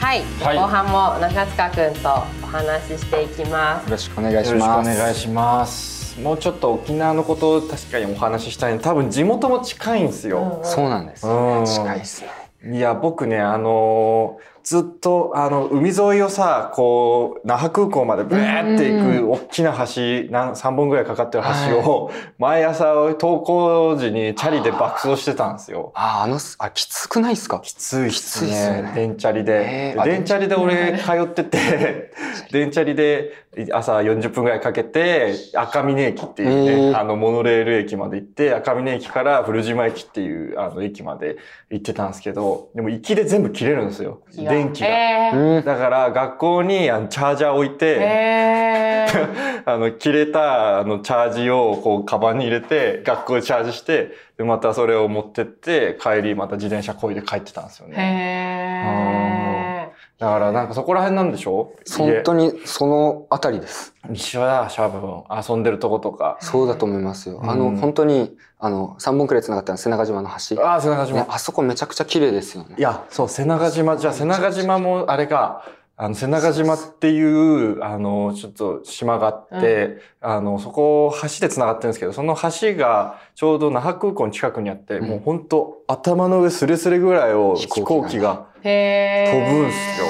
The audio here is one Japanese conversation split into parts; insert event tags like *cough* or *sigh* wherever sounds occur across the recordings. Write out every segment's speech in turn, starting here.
はい、はい後半も中塚くんとお話ししていきますよろしくお願いしよろしくおます。願いしますもうちょっと沖縄のことを確かにお話ししたい多分地元も近いんですよ、そうなんです。うん近いですね。いや僕ねあのーずっとあの海沿いをさこう那覇空港までブーって行く大きな橋なん3本ぐらいかかってる橋を、毎朝登校時にチャリで爆走してたんですよ。ああ、あのす、あ、きつくないですかきついっすきついっすよねね電チャリでえーあ電チャリで俺通ってて *laughs* 電チャリで朝40分ぐらいかけて赤峰駅っていうね、えーあのモノレール駅まで行って赤峰駅から古島駅っていうあの駅まで行ってたんですけどでも行きで全部切れるんですよ電気が、えーん。だから学校にあのチャージャー置いて、えーあの、切れた、あの、チャージを、こう、カバンに入れて、学校でチャージして、で、またそれを持ってって、帰り、また自転車こいで帰ってたんですよへね。えだから、なんかそこら辺なんでしょ本当にそのあたりです。家一緒だ、シャープン。遊んでるとことか。そうだと思いますよ。あうの、ん本当に、あの、三本くらい繋がったの背中島の橋。ああ、背中ね島。あそこめちゃくちゃ綺麗ですよね。いや、そう、背中島。じゃあ、背中島も、あれか、あの、背中島っていう、あの、ちょっと島があって、あの、そこ、橋で繋がってるんですけど、その橋が、ちょうど那覇空港の近くにあって、うんもう本当頭の上すれすれぐらいを飛飛行行機機がが、ーへー飛ぶんすよ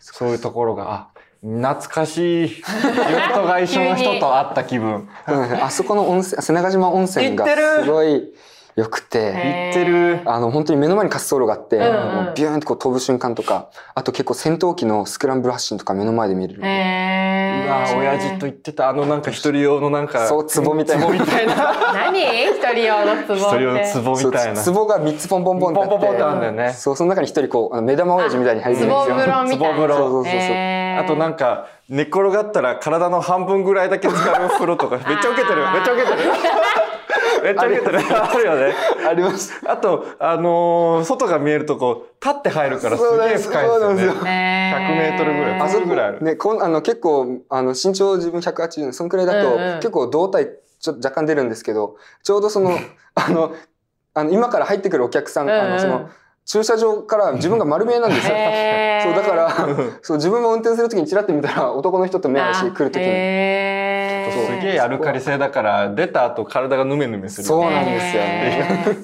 そういうところが、あ、懐かしい。地元が一緒の人と会った気分。うんあそこの温泉、背中島温泉が行ってるすごい良くへて、ー行ってる。あの、本当に目の前に滑走路があって、うんうんもうビューンってこう飛ぶ瞬間とか、あと結構戦闘機のスクランブル発進とか目の前で見れる。へうーわ親父と行ってた、あのなんか一人用のなんか、そう壺みたいな壺みたいな。何一人用のツボ一って人用の壺みたいな。そう壺が3つポンポンポンってあってポンポンポンってあるんだよねそうその中に一人こうあの目玉親父みたいに入ってるんです壺よ風呂みたいな壺風呂そうそうそうそうあとなんか寝っ転がったら体の半分ぐらいだけ浸かる風呂と *laughs* かめっちゃ受けてるめっちゃ受けてるめっちゃ受けてるあるよねありますあとあのー外が見えるとこう立って入るからすそうげなんえです深いですよねそうなんです100 100m ぐらいあそこぐらいあるねこんあの結構あの身長自分180そのくらいだと、うんうん結構胴体ちょっと若干出るんですけどちょうどそ *laughs* のあのあの今から入ってくるお客さん、あうんうのんその駐車場から自分が丸見えなんですよ。そうだから *laughs* そう自分も運転する時にちらっと見たら男の人と目合うし来る時にへーそうすげえアルカリ性だから出た後体がヌメヌメするよそうねなんですよ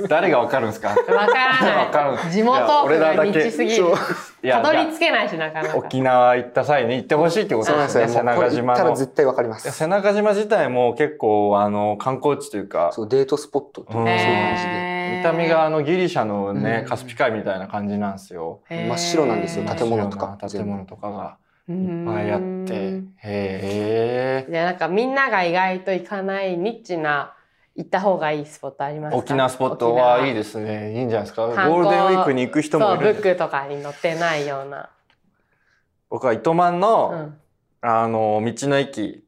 ね。 *laughs* 誰がわかるんですかわからない。わかる地元区が未知すぎるそう。いたやどり着けないしなかなか。沖縄行った際に行ってほしいってことそうなんでですすよ。ねも瀬うこれ中行っ島たらの絶対わかります。瀬中島自体も結構あの観光地というかそうデートスポットっていううんそう縄いうへ感じで見た目があのギリシャのね、うんカスピ海みたいな感じなんですよ。へー真っ白なんですよへー建物とか建物とかがいいっぱいあって。へえ。でなんかみんなが意外と行かないニッチな行った方がいいスポットありますか？沖縄スポットはいでいですね。いいんじゃないですか。ゴ観光ールデンウィークに行く人もいそうブるんッで。クとかに載ってないような。僕は糸満の、うんあの道の駅、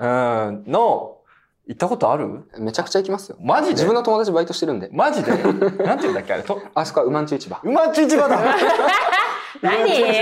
うん、の行ったことある？めちゃくちゃ行きますよ。マジで？自分の友達バイトしてるんで。マ *laughs* ジで？なんていうんだっけあれと。あそこは馬んち市場。 *laughs* うまんちゅ市場だ。何？うまうんちゅう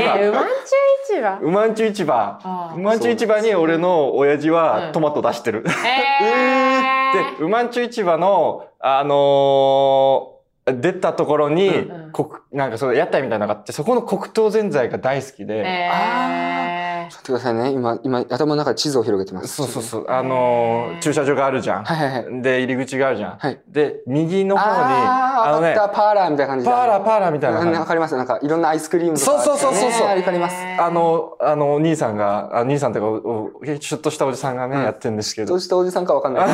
市場。うまんちゅ市場。あうまんちゅ市場に俺の親父うはんトマト出してる。あへーで、うまんちゅ市場の、あのー出たところに、うんうんこなんかその屋台みたいなのがあって、そこの黒糖ぜんざいが大好きで、へーちょっとくださいね。今、今、頭の中で地図を広げてます。そうそうそう、あのー駐車場があるじゃん。はいはいはい。で、入り口があるじゃん。はいで、右の方に、あー、あのねわ、かったパーラーみたいな感じで。パーラーパーラーみたいなうんわ感かります。なんか、いろんなアイスクリームとかあるそうそうそうそうそうねわかります。じ。あの、あの、お兄さんが、あお兄さんとかお、おちょっとしたおじさんがね、うんやってるんですけどどう。したおじさんかわかんない。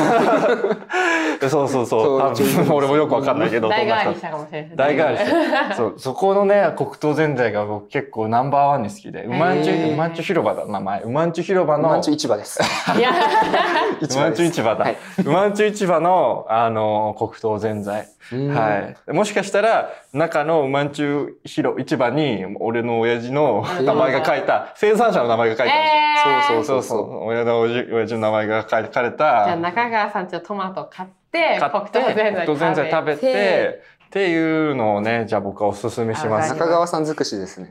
そうそうそう。多そう分俺もよくわかんないけど、代替どんなわ人りしたかもしれない。大変わり *laughs* そう、そこのね、黒糖ぜんざいが僕結構ナンバーワンに好きで、うまんちゅ、へーうまんちゅ広場だ、名前。うまんちゅ広場の、う馬まんんちちゅゅ市場です。いや、市場です市場だ。はいうまんちゅ市場の、あの、黒糖ぜんざい。はい。もしかしたら、中のうまんちゅ広、市場に、俺の親父のうん名前が書いた、生産者の名前が書いてあるんですえーよ。そうそうそう。親のおじ親父の名前が書かれた。じゃあ中川さんちょっとトマト買って買黒っ糖ぜんざいて、黒糖ぜんざい食べて、っていうのをね、じゃあ僕はおすすめしまわすかり。中川さん尽くしですね。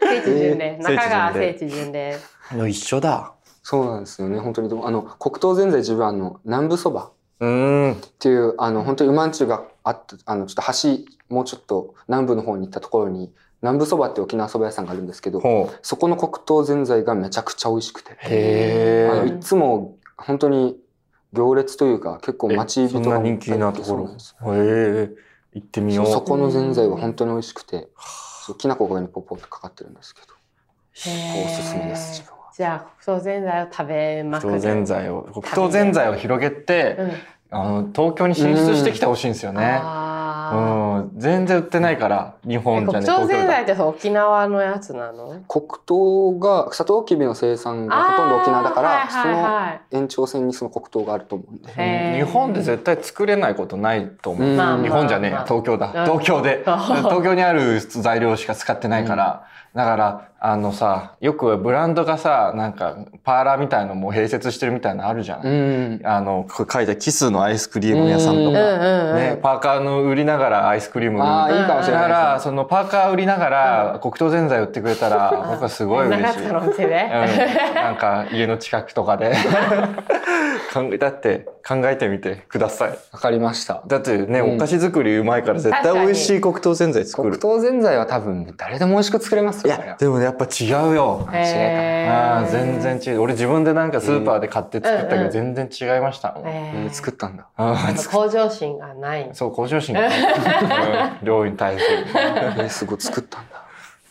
聖地巡礼えー中川聖聖地巡礼の一緒だ。そうなんですよね。本当にでも。あの、黒糖ぜんざい自分、あの、南部そば。うん。っていうあの本当にウマンチュがあったあのちょっと橋もうちょっと南部の方に行ったところに南部そばって沖縄そば屋さんがあるんですけど、ほう。そこの黒糖ぜんざいがめちゃくちゃ美味しくて。へあのーいつも本当に行列というか結構待ちえそ人んなが人気なとこそうろ。んですへえ。行ってみよう。そうそこのぜんざいは本当に美味しくて、そうきな粉が上にポッポッとかかってるんですけど、へーおすすめです自分は。じゃあ黒糖ぜんざいを食べまく黒る糖ぜんざいを、黒糖ぜんざいを広げうて、んあの、東京に進出してきてほしいんですよね。あうん。全然売ってないから、日ー本じ黒ゃね、糖東ぜん京ざいだってそう沖縄のやつなの黒糖がサトウキビの生産がほとんど沖縄だから、あーはいはいはいその延長線にその黒糖があると思うんで。へー日本で絶対作れないことないと思う。うんまあまあ日本じゃねえまあ東京だうん東 *laughs* 京でそう東京にある材料しか使ってないから、だからあのさよくブランドがさなんかパーラーみたいのも併設してるみたいなのあるじゃない、うん。あのこれ書いたキスのアイスクリーム屋さんとうんうか、んうん、ね、パーカーの売りながらアイスクリーム売るああいいかもしだれかないらですね。そのパーカー売りながうら黒糖ぜんざい売ってくれた *laughs* ら僕はすごい嬉しい。長田のお店で、うんなんか家の近くとかで *laughs* 考えだって考えてみてくださいわかりました。だってね、うんお菓子作りうまいから絶確か対に美味しい黒糖ぜんざい作黒る糖ぜんざいは多分誰でも美味しく作れますいよ。これやはでもねやっぱ違うよ、へーあー全然違う俺自分でなんかスーパーで買って作ったけうんうどん全然違いましたもん、えーうん作った *laughs* んだ。あーやっぱ向上心がない。そう向上心がない *laughs* うん料理に対するえーすごい作ったんだ。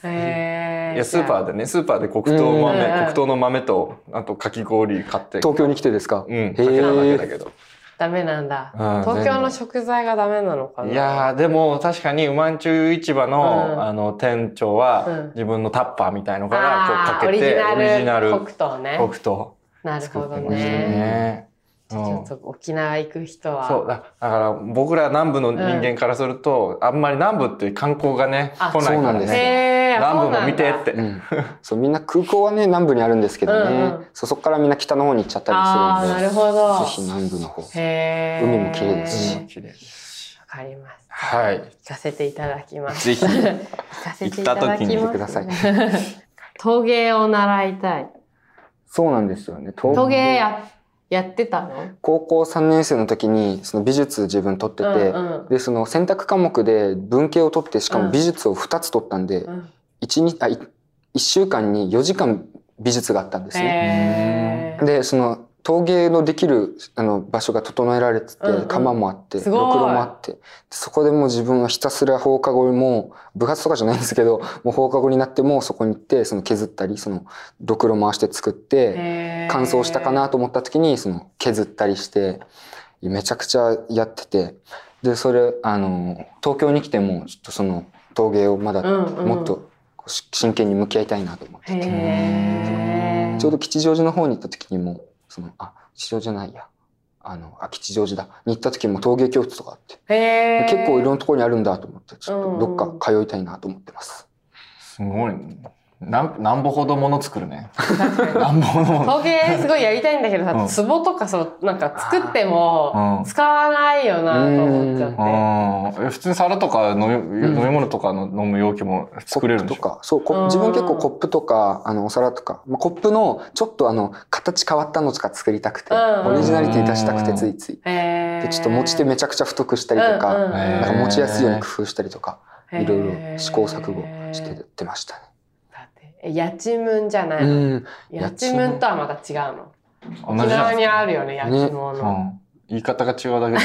へいやスーパーでねスーパーで黒糖豆、うんうん黒糖の豆とあとかき氷買って東京に来てですか。うんへかけただけだえ。けどダメなんだ。うん東京の食材がダメなのかな。いやーでも確かにうまんちゅう市場の,、うんあの店長うんは自分のタッパーみたいのからこうあかーけてオオリリジジナナルル黒黒糖ね。糖なる作ほってどましたね。ね。うちょんっと沖縄行く人は。そうだだから僕ら南部の人間からすると、あんまり南部って観光がねあ来ないそうかならんですねへー南部も見てっ。て *laughs* うん、そうみんな空港はね南部にあるんですけどね、うんうんそうそこからみんな北の方に行っちゃったあありー、なするんでるほど。ぜひ南部の方へー海も綺麗ですしうん綺麗わかります。はい行かせていただきます。ぜひ行かせていただきます。行った時に来陶芸を習いたい。そうなんですよね東陶芸ややってたの？高校3年生の時にその美術自分取ってて、うんうんでその選択科目で文系を取ってしかうもん美術を2つ取ったんで、うん一日あい1週間に4時間美術があったんですね。へーでその陶芸のできるあの場所が整えられてて、うんうん窯もあってろすごくいろもあってでそこでもう自分はひたすら放課後も部活とかじゃないんですけど *laughs* もう放課後になってもそこに行ってその削ったりそのろくろ回して作ってへー乾燥したかなと思った時にその削ったりしてめちゃくちゃやっててでそれあの東京に来てもちょっとその陶芸をまだうんうんもっとこうし真剣に向き合いたいなと思って。へーちょうど吉祥寺の方に行った時にも、その、あ、吉祥寺じゃないや。あの、あ、吉祥寺だ。に行った時も陶芸教室とかあって、へー結構いろんなところにあるんだと思って、ちょっとうんどっか通いたいなと思ってます。すごいなんなんぼほどもの作るね確かに *laughs* なんぼほどもの陶芸すごいやりたいんだけどさ、うん壺とかそうなんか作ってうもん使わないよなと思っちゃって、うんえ普通に皿とか飲み,、飲み物とかの飲む容器も作れるんでコップしとょか、そう、コッうんプ自分結構コップとか、あの、お皿とか、まあ、コップのちょっとあの、形変わったのとか作りたくて、うんオリジナリティ出したくてついつい。へーで、ちょっと持ち手めちゃくちゃ太くしたりとか、うんうんなんか持ちやすいように工夫したりとか、へーいろいろ試行錯誤してやってましたね。だってえやちむんじゃないの、うん。やちむんとはまた違うの同沖じじゃな縄いにですかあるよねやちむんの、うん言い方が違うだけだ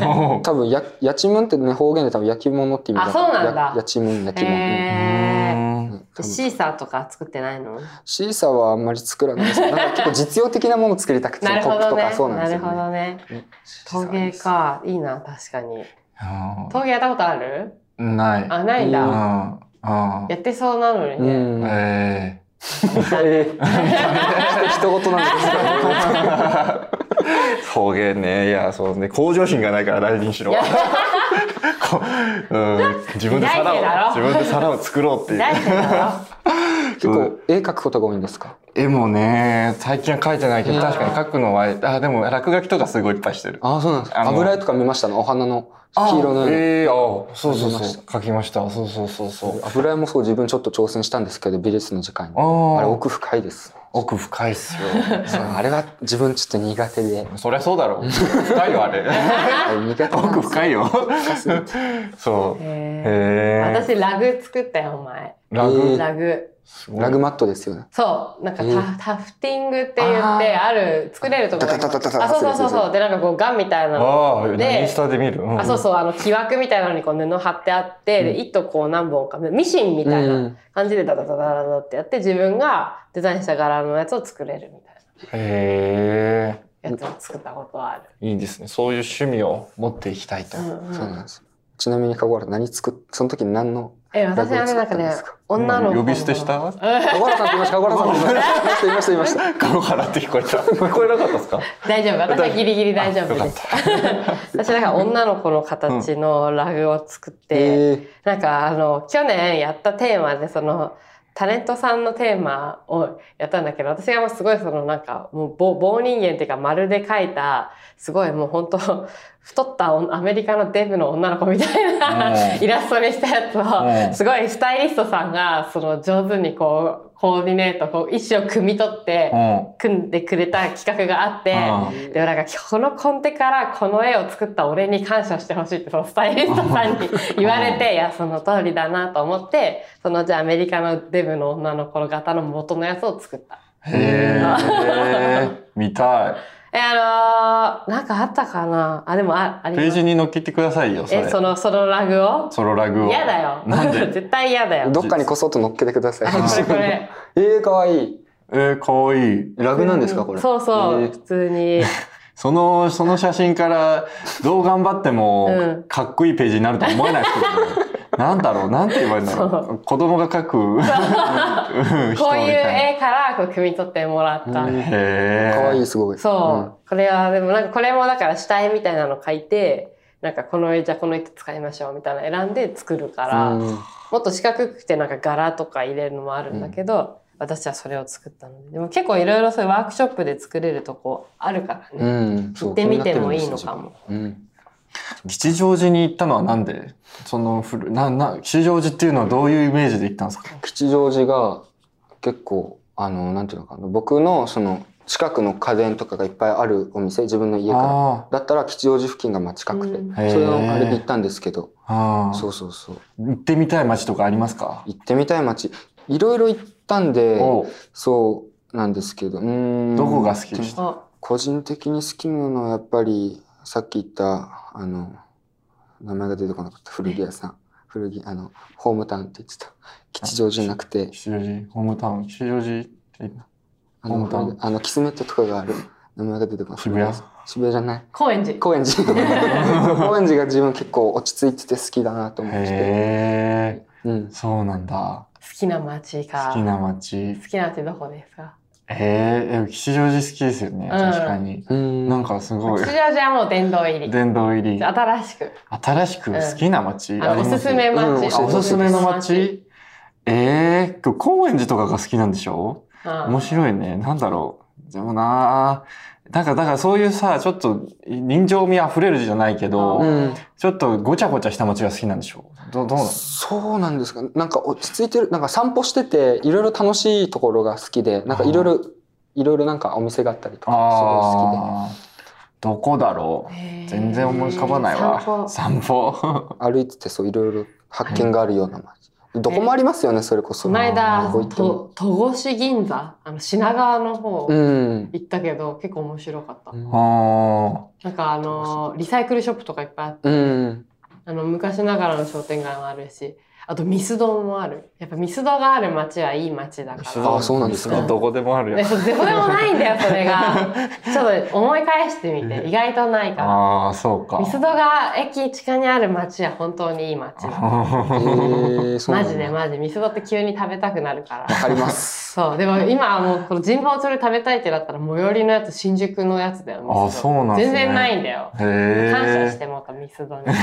と多分や、やちむんってね、方言で多分焼き物って意味だから。あそうなんだややちむん、焼き物。へーうんで多分シーサーとか作ってないのシーサーはあんまり作らないですけどなんか結構実用的なものを作りたくて、なるコほップどとねかそうなんでするよ、ね。ほどね陶芸かいいな確かにう陶芸やったことあるんない。あないんだ、うんうん。やってそうなのにね、うん。ええー、ひと事なんですけど *laughs* え陶芸ね、いや、そうね、向上心がないから大事にしろ。いや *laughs* こううん、自分で皿大事だろを、自分で皿を作ろうってい大う。好きだろ結構絵描くことが多いんですか絵もね、最近は描いてないけど、うん確かに描くのは、あ、でも落書きとかすごいいっぱいしてる。ああ、そうなんですあかの油絵とか見ましたのお花の黄色の絵のええあ、そうそう描きましそう。描きました。そうそうそうそう。油絵もそう自分ちょっと挑戦したんですけど美術の時間にああれあ。奥深いです奥深いっすよ。そうあれは自分ちょっと苦手で。そりゃそうだろう。深いよ、あれ。あれ苦手なん奥です深いよ。すよ。そう。へえ。へえ。私ラグ作ったよ前。ラえグー。ラグ。すごいラグマットですよね。そうなんかタえータフティングって言ってあある作れるところ。タタタタタタあそうそうそうそうそうそうでなんかこうガンみたいなのああ、でインスタで見る。んあそうそうあの木枠みたいなのにこう布貼ってあって、で糸こう何本かミシンみたいな感じでダダダダダダってやって自分がデザインした柄のやつを作れるみたいへなやつを作ったことはある。え。いいですね。そういう趣味を持っていきたいと。うんうんそうなんです。ちなみにカゴラ何作っ、その時何の。え私あれなんかね女の子うんの呼び捨てしたカゴラさんって言いました、カゴラさんって言いま *laughs* した。いました、いました。顔払って聞こえた。聞こえなかったですか大丈夫私はギリギリ大丈夫よかでっす私なんか女の子の形のラグを作って、ええなんかあの去年やったテーマでそのタレントさんのテーマをやったんだけど私がもうすごいそのなんかもう棒棒人間っていうか丸で描いたすごいもう本当太ったおアメリカのデブの女の子みたいな、うんイラストにしたやつを、うんすごいスタイリストさんがその上手にこうコーディネートこう衣装を組み取って。うん。組んでくれた企画があって、うでもなんかこのコンテからこの絵を作った俺に感謝してほしいってそのスタイリストさんに言われてい *laughs* やその通りだなと思ってそのじゃあアメリカのデブの女の子の型の元のやつを作った。へえ。 *laughs* 見たい。えあのー、なんかあったかなあでもあありペますージに載っけてくださいよ、それえ。そのそのラグをソロラグを。嫌だよなんで *laughs* 絶対嫌だよどっかにこそっと乗っけてくださ *laughs* い。あこれこれええ可愛い。えー、かわいい。ラグなんですか、これ。そうそう、え普通 *laughs* にその、その写真から、どう頑張ってうんも、かっこいいページになるとは思えないですけど、なんだろう、なんて言えばいいんだそろう。子供が描く、うん *laughs* 人こういうみたい絵からこう汲み取ってもらった、うんな。へええ。可愛い、すごい。そう、これはでもなんかこれもだから下絵みたいなの書いてなんかこの絵じゃあこの糸使いましょうみたいなの選んで作るかうら、ん。うんもっと四角くてなんか柄とか入れるのもあるんだけど、私はそれを作ったのででも結構いろいろそういうワークショップで作れるとこあるからね、うん。行ってみてもいいのかも。そう。気になってるんですよ自分うん。吉祥寺に行ったのはなんでその古なな吉祥寺っていうのはどういうイメージで行ったんですか吉祥寺が結構あのなんていうのかな僕のその近くの家電とかがいっぱいあるお店自分の家かあらだったら吉祥寺付近がまあ近くて、うんへーそれのあれで行ったんですけど、ーあそううそうそう行ってみたい街とかありますか、行ってみたい街いろいろ行ったんでおそうなんですけどうーんどこが好きでしたあ個人的に好きなのはやっぱりさっき言ったあの名前が出てこなかった古着屋さん古着あのホームタウンって言ってた吉祥寺じゃなくて吉祥寺ホームタウン吉祥寺ってあホームタウのン、あのキスメットとかがある。名前が出てこない。渋谷渋谷じゃない。高円寺高円 *laughs* 寺。高円寺が自分結構落ち着いてて好きだなと思ってて。へえうん。そうなんだ好きな街か好きな街好きな街どこですかへえでも吉祥寺好きですよね、ん確かにうん。なんかすごい吉祥寺はもう殿堂入り殿堂入り新しく新しく好きな街、あありのおますすすめ街、うんあおすすめの街ええー、高円寺とかが好きなんでしょうん面白いね。なんだろう。でもなあなんか、だからそういうさ、ちょっと人情味あふれるじゃないけど、うんちょっとごちゃごちゃした街が好きなんでしょうどどうなのそうなんですか。なんか落ち着いてる。なんか散歩してて、いろいろ楽しいところが好きで、なんかいろいろ、いろいろなんかお店があったりとか、すごい好きで。あーどこだろへうー全然思い浮かばないわ。散散 *laughs* 歩。歩いてて、そう、いろいろ発見があるような街。どこもありますよね、それこそ。この間どこ行ってもと戸越銀座あの品川の方うん。行ったけど、結構面白かった、うんあなんかあのリサイクルショップとかいっぱいあってうん。あの昔ながらの商店街もあるしあとミスドもあるやっぱミスドがある街はいい街だかーらあそうなんですかどこでもあるでよ。そうどこでもないんだ *laughs* よそれがちょっと思い返してみて意外とないかああ、そうからミ。スドが駅地下にある街は本当にいい街だえー、そうなマんだジでマジでミスドって急に食べたくなるからわかります。そう、でも今はもうこの人望それ食べたいってなったら最寄りのやつ新宿のやつだよ。ミスドあそうなんですね全然ないんだよ。へ感謝しえ。てもうたミス *laughs* ドに。 *laughs*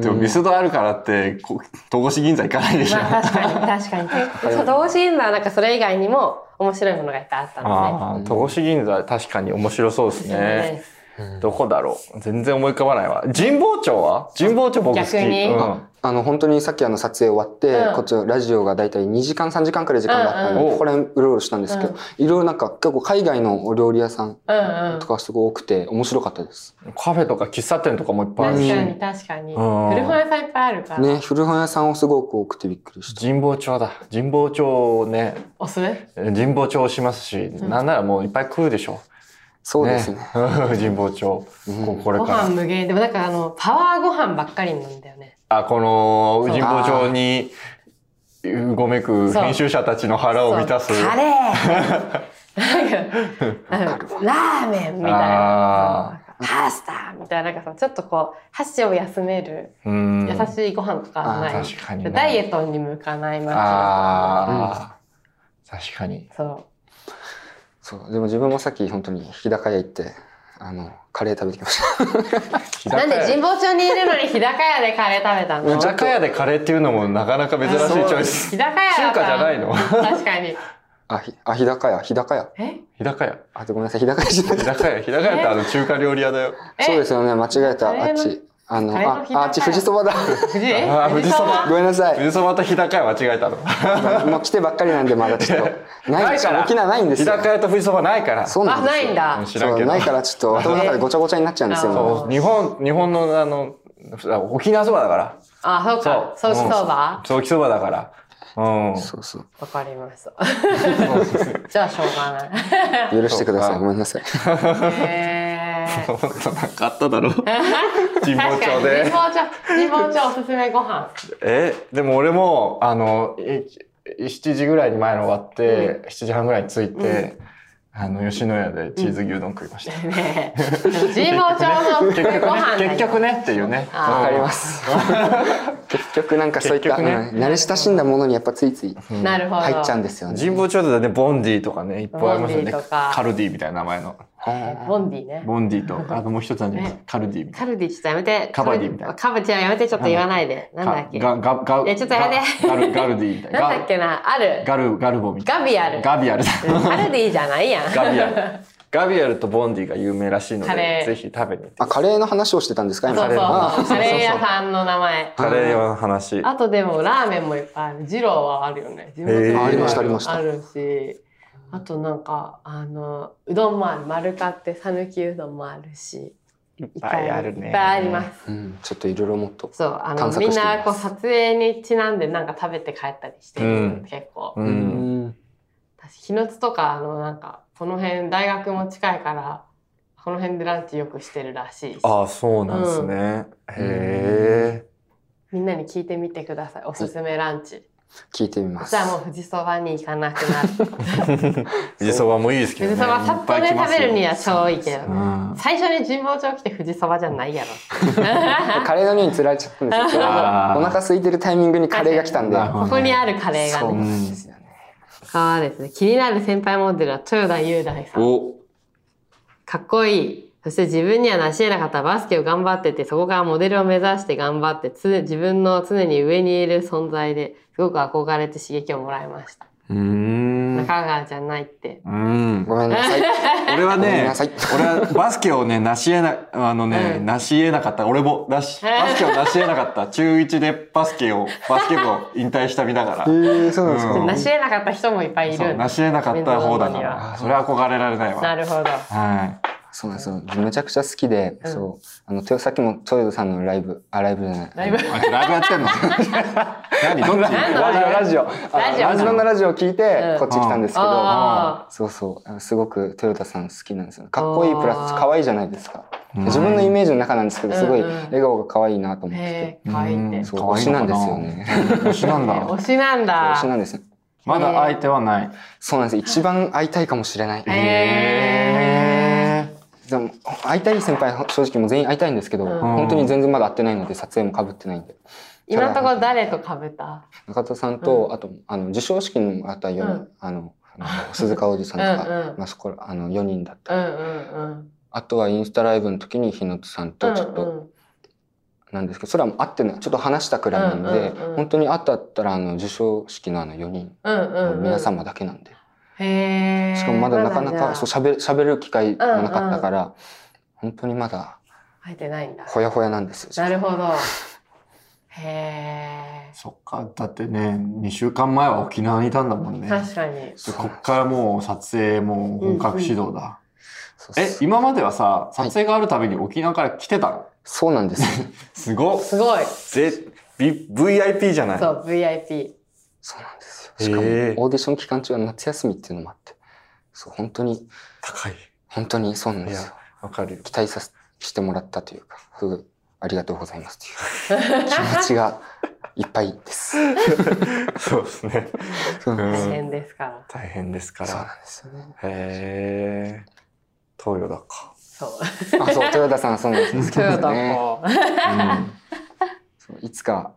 でもミスドあるからって、こ戸越銀座行かないでしょ。まあ確かに確かに。そう、同心はなんかそれ以外にも面白いものがいっぱいあったのああ、戸越銀座確かに面白そうですで。ね。そうですどこだろう全然思い浮かばないわ。神保町は神保町僕好き。逆にうんあの、本当にさっきあの撮影終わって、うんこっちのラジオがだいたい2時間3時間くらい時間があったんで、うんうんここら辺うろうろしたんですけど、うんいろいろなんか結構海外のお料理屋さんうんうんとかすごい多くて面白かったです。カフェとか喫茶店とかもいっぱいあ確るかし。に確かに。うん古本屋さんいっぱいあるから。ね、古本屋さんをすごく多くてびっくりした。神保町だ。神保町ね。おすすめ神保町しますし、んなんならもういっぱい食うでしょ。そうですね。 *laughs* 神保町。うんこうこれごか飯ら。無限。でもなんかあの、パワーご飯ばっかりなんだよね。あ、このそう神保町にうごめくそう編集者たちの腹を満たす。そうカレーなんかラーメンみたいなあ。パスタみたいな、なんかさ、ちょっとこう、箸を休めるうん。優しいご飯とかはない。あー確かにねダイエットに向かない街ああ、確かに。そう。そう。でも自分もさっき本当に日高屋行って、あの、カレー食べてきました。なんで神日保町にいるのに日高屋でカレー食べたの高屋でカレーっていうのもなかなか珍しいチョイス。日高屋中華じゃないのの確かに。 *laughs* あ、ひあ日高屋、日高屋。え日高屋。あ、でごめんなさい、日高屋じゃな日い。高屋、日高屋ってあの中華料理屋だよ。えそうですよね、間違えた、カレーあっのち。あの、カレーのあ日高屋あっち富士そば *laughs* だ。富士あー富士そばごめん *laughs* なさい。水そばと日高屋間違えたの。もう来てばっかりなんでまだちょ *laughs* っとないんですよ沖縄ないんです日よ高屋と富士そばないから。そうなあ、んですよないんだ。知らんそけうどない。からちょっと頭の中でごちゃごちゃになっちゃうんですあーよそう日本、日本のあの、沖縄そばだから。あ、そうか。ソーキそばそう、きそばだから。うん。そうそうわかりました。 *laughs* じゃあしょうがない。許してくだそさういかごめんなさいへーそんなかあっ *laughs* ただろう。神保確かに町神で。保町、神保町おすすめご飯。え、でも俺も、あの、い7時ぐらいに前の終わって、7時半ぐらいに着いて、あの、吉野家でチーズ牛丼食いました。ねえでも神保町のおすす結めご局ね飯、結局ねっていうね。あーうんわかり *laughs* ま。す結局なんかそういった、結局ねうん慣れ親しんだものにやっぱついつい何。なるほど。入っちゃうんですよね神保町だとね、ボンディとかね、いっぱいありますよボンデねィとか。カルディみたいな名前の。ボンディね。ボンディと、あともう一つあるじゃないですかカルディみたいカルディちょっとやめて。カバディみたいなカバディはやめて、ちょっと言わないで。なな。んだっけガなガガいやちょっとやめてガガルガルディみたいな。んだっけ *laughs* なある。ガルガルボみたいな。ガビアルガビア *laughs* ルだ。カルディじゃないやん。ガビアル。ガビアルとボンディが有名らしいのカレでー、ぜひ食べに行って。あカレーの話をしてたんですそかう今そうそう。カレー屋そうそうそうさんの名前。カレーの話。あとでもラーメンもいっぱいある。二郎はあるよね。地元にもありましたありましたあるし。あとなんか、あの、うどんもある。丸かって讃岐うどんもあるし。いっいっぱいあるいね。っぱいあります。うん、ちょっといろいろもっとそう、あの、探索みんしていますなこう撮影にちなんでなんか食べて帰ったりしてる、うん結構。う。うんん私、日野津とか、あの、なんか、この辺、大学も近いから、この辺でランチよくしてるらしいし。ああ、そうなんですね。へえ。みんなに聞いてみてください。おすすめランチ。聞いてみますじゃあもう富士そばに行かなくなる。富士そばもいいですけ富ど士ね。そばさっとね、いぱい来ま食すよべるには超いいけどう。ん。最初に神保町来て富士そばじゃないやろ。カレーの匂いにつられちゃった *laughs* んですよちょうどおあー腹空いてるタイミングにカレーが来たんでなるほどここにあるカレーそがうなね。んですよねかわですね。気になる先輩モデルは豊田雄大さん。お、かっこいい。そして自分には成し得なかったバスケを頑張ってて、そこからモデルを目指して頑張って、つ自分の常に上にいる存在ですごく憧れて刺激をもらいました。うーん。中川じゃないって。うん。ごめんなさい俺はごめんねなさい、俺はバスケをね、なし得な、あのね、うんなし得なかった。俺も、なし、バスケをなし得なかった。中1でバスケを、バスケ部を引退した身だから。えー、そうなんですか、うん成し得なかった人もいっぱいいそう、る。なし得なかった方だか水の中にら。それは憧れられないなわ。るほど。はそうなんですよ。めちゃくちゃ好きで、うんそう。あの、豊さっきも豊田さんのライブ、あ、ライブじゃない。だいぶ。い。あライブやってんの *laughs* 何どっち何のラジオ、ラジオ。ラジオあのズマンのラジオを聞いてうん、こっち来たんですけど、あそうそうあの。すごく豊田さん好きなんですよ。かっこいいプラス可愛いじゃないですか。うん自分のイメージの中なんですけど、すごいうんうん笑顔が可愛いなーと思ってへえ、かわいいねうんて。。そう、可推愛いしのなかんでなすよね。推しなんだ。推しなんだ。推しなんですよ。まだ会えてはない。そうなんです。一番会いたいかもしれない。へえ。でも、会いたい先輩、正直もう全員会いたいんですけど、ん本当に全然まだ会ってないので、撮影も被ってないんで。今のところ誰と被った中田さんと、あとあの授賞式にもらったような、うんあのあの鈴鹿おじさんとかうんうんまあ、そこらあの4人だった、うんうんうん。あとはインスタライブの時に日野さんとちょっうんとうんなんですけど、それは会ってないちょっと話したくらいなんで、うんうんうん本当に会ったったらあの授賞式のあの4人、うんうんうん、皆様だけなんでへーしかもまだなかなかそうじゃ喋る喋る機会もなかったから、本当にまだ生えてないんだ。ほやほやなんですよ。なるほど。へそっか。だってね、2週間前は沖縄にいたんだもんえ。ね。確かに。でこっからもう撮影も本格始動だ。そうえ、今まではさ、撮影があるために沖縄から来てたの、そうなんですよ。すごっすごい。ぜ、v、VIP じゃないそう、VIP。そうなんですへよ。えしかも、オーディション期間中は夏休みっていうのもあって、そう、本当に、高い。本当にそうなんですいよ。わかるよ。 *laughs* 期待させしてもらったというか、ふう、ありがとうございますという気持ちがいっぱい *laughs* です。そうですね。そうなんで大す変ですから。大変ですかそら。うなんですよね。へえ。東洋だか。そう。あ、そう、豊田さんそうなんですトけヨどタね。も。そういつか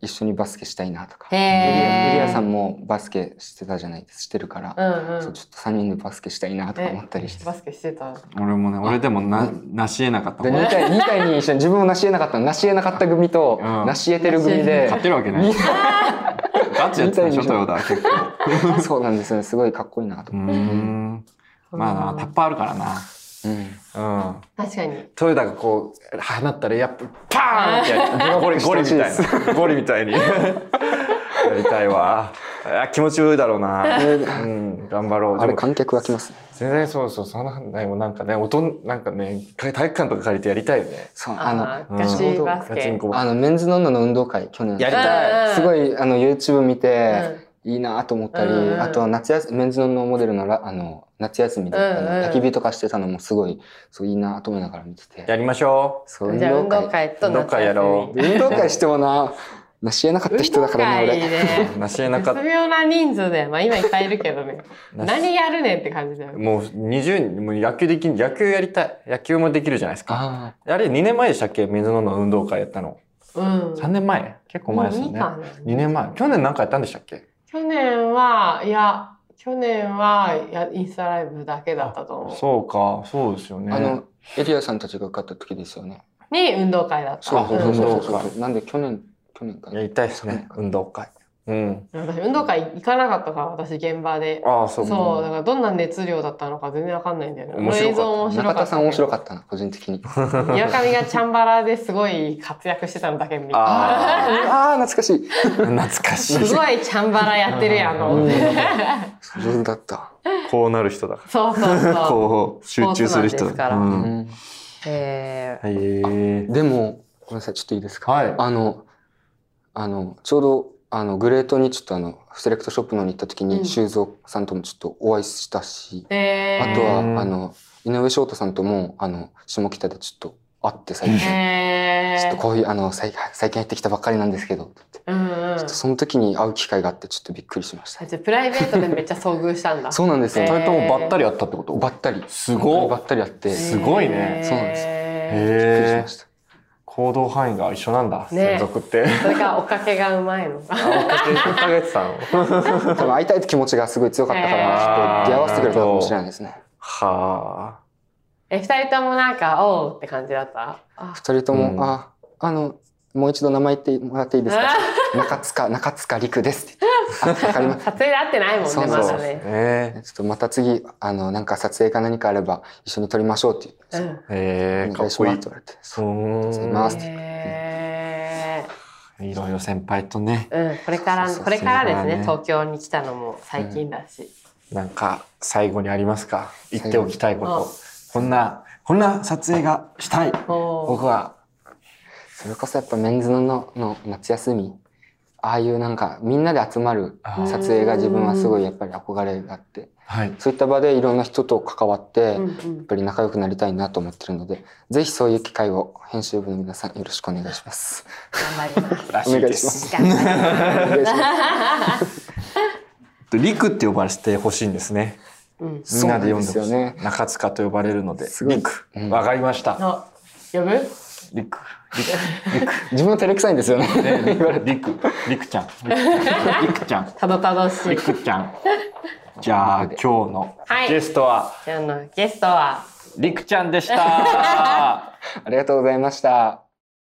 一緒にバスケしたいなとか。へエリアエリえ。アさんもバスケしてたじゃないですしてるから、うんうそうんち。ょっと3人でバスケしたいなとか思ったりして。バスケしてた。俺もね、俺でもな、なし得なかったでもん。 2対2対2一緒に自分も成し得なかったの成し得なかった組とうん成し得てる組で勝てるわけない。ガチやってたでしょ、みトたいヨタ結構。そうなんですよねすごいかっこいいなとうー思ん。まあな、タッパーあるからな。う、ううん、ん。確かに。トヨタがこう、放ったら、やっぱ、パーンってや *laughs* る。ゴリ、ゴリみたいな。ゴリみたいに。やりたいわ。あ気持ちよいだろうな。うん、頑張ろう。あでれも観客湧きますね全然そうそう、そんなないもんなんかね、音、なんかね、体育館とか借りてやりたいよね。そうあのあうの、んガチバスガチンケ。コあのメンズノンノの運動会去年やりたい。すごい。いあの YouTube 見うて、んいいなと思ったり、うんうんあと夏休みメンズノンノモデルのらあの夏休みで、あのうんうん焚き火とかしてたのもすごいそういいなと思いながら見ててやりましょそう運じゃあ運動動会会と運動会やろう運動会してもな成し得なかった人だからね運動会俺う。 *laughs* ね。なしえなかっ絶妙な人数で、まあ今いっぱいいるけどね。な何やるねんって感じだよ。もう20人、もう野球できん、野球やりたい。野球もできるじゃないですか。あああれ、2年前でしたっけ水野の運動会やったの。うん。 3年前結構前ですよね。もういいかな2年前。去年なんかやったんでしたっけ去年は、いや、去年は、いや、インスタライブだけだったと思う。そうか、そうですよね。あの、エリアさんたちが受かった時ですよね。に、運動会だった。そうそうそうそう運動なんで去年、去年かやな。りたいですね、運動会。うん。うん私、運動会行かなかったから、私、現場で。ああ、そそうう、だからどんな熱量だったのか全然わかんないんだよね。面白かったこの映像面白か中った。田さん面白かったな、個人的に。あ村上がチャンバラですごい活躍してたのだけ見たああー、懐かしい。あ、懐かしすい。ごいチャンバラやってるやんの。うん上手だった。こうなる人だかそうそうら。そこう、集中する人。スポーツマンですからうんうんう。へはいえー。でも、ごめんなさい、ちょっといいですか。はいあの、あの、ちょうど、あの、グレートにちょっとあの、セレクトショップの方に行った時うんに、修造さんともちょっとお会いしたし、え。へーあとは、うんあの、井上翔太さんとも、あの、下北でちょっと会って最近。へちょっとーこういう、あの、最近最近入ってきたばっかりなんですけど、ってうんうん。その時に会う機会があってちょっとびっくりしました。あじゃあプライベートでめっちゃ遭遇したんだ。そうなんですよ。へ二ー人ともばったりやったってことばったり。す本当にごばっったりあって、びっすごいねへーそうなんですよへくりし *laughs* ました。行動範囲が一緒なんだ、ね専属って。それから追っかけがうまいのか。あ、追っかけ追っかけてたの。多分会いたいって気持ちがすごい強かったかへーら、ちょっと出会わせてくれたのかもしれないですね。はえ、二人ともなんか、おうって感じだったあ二人とうも、んあ、あの、もう一度名前言ってもらっていいですか中塚、中塚陸ですって言って。あわかりま撮影で会ってないもんそね、うまそうだあ。ね。えす。 *laughs* ちょっとまた次、あの、なんか撮影か何かあれば一緒に撮りましょうっていうう。そうんー、えー、おか願いっしこいまいすって。言われて。そううーんま回すへーいろいろ先輩とね、うん、これから、そうそうこれからですねそうだね東京に来たのも最近だし。なんか最後にありますか言っておきたいこ最後とに。こんな、こんな撮影がしたい。お僕は。それこそやっぱメンズののの夏休み、ああいうなんかみんなで集まるあ撮ー影が自分はすごいやっぱり憧れがあって。はい。そういった場でいろんな人と関わっーうて、やっんぱり仲良くなりたいなと思ってるので、ぜひそういう機会を編集部の皆さんよろしくお願いし *laughs* ます。頑張ります。らしいお願でいしますす。頑張お願いします。リクって呼ばれてほしいんですね。ります。みんなで呼んでそうほなしんい。ですよね中塚と呼ばれるので。すごい *laughs* リクう。んわかりました。うん。あ、呼ぶリク。自分は照れくさいんですよね。ね *laughs* リク、リク、リクちゃん。リクちゃん。たどたどしいリ。クちゃ *laughs* ん。じゃあ、今日のはいゲストは、今日のゲストは、りくちゃんでした。ありがとうございました。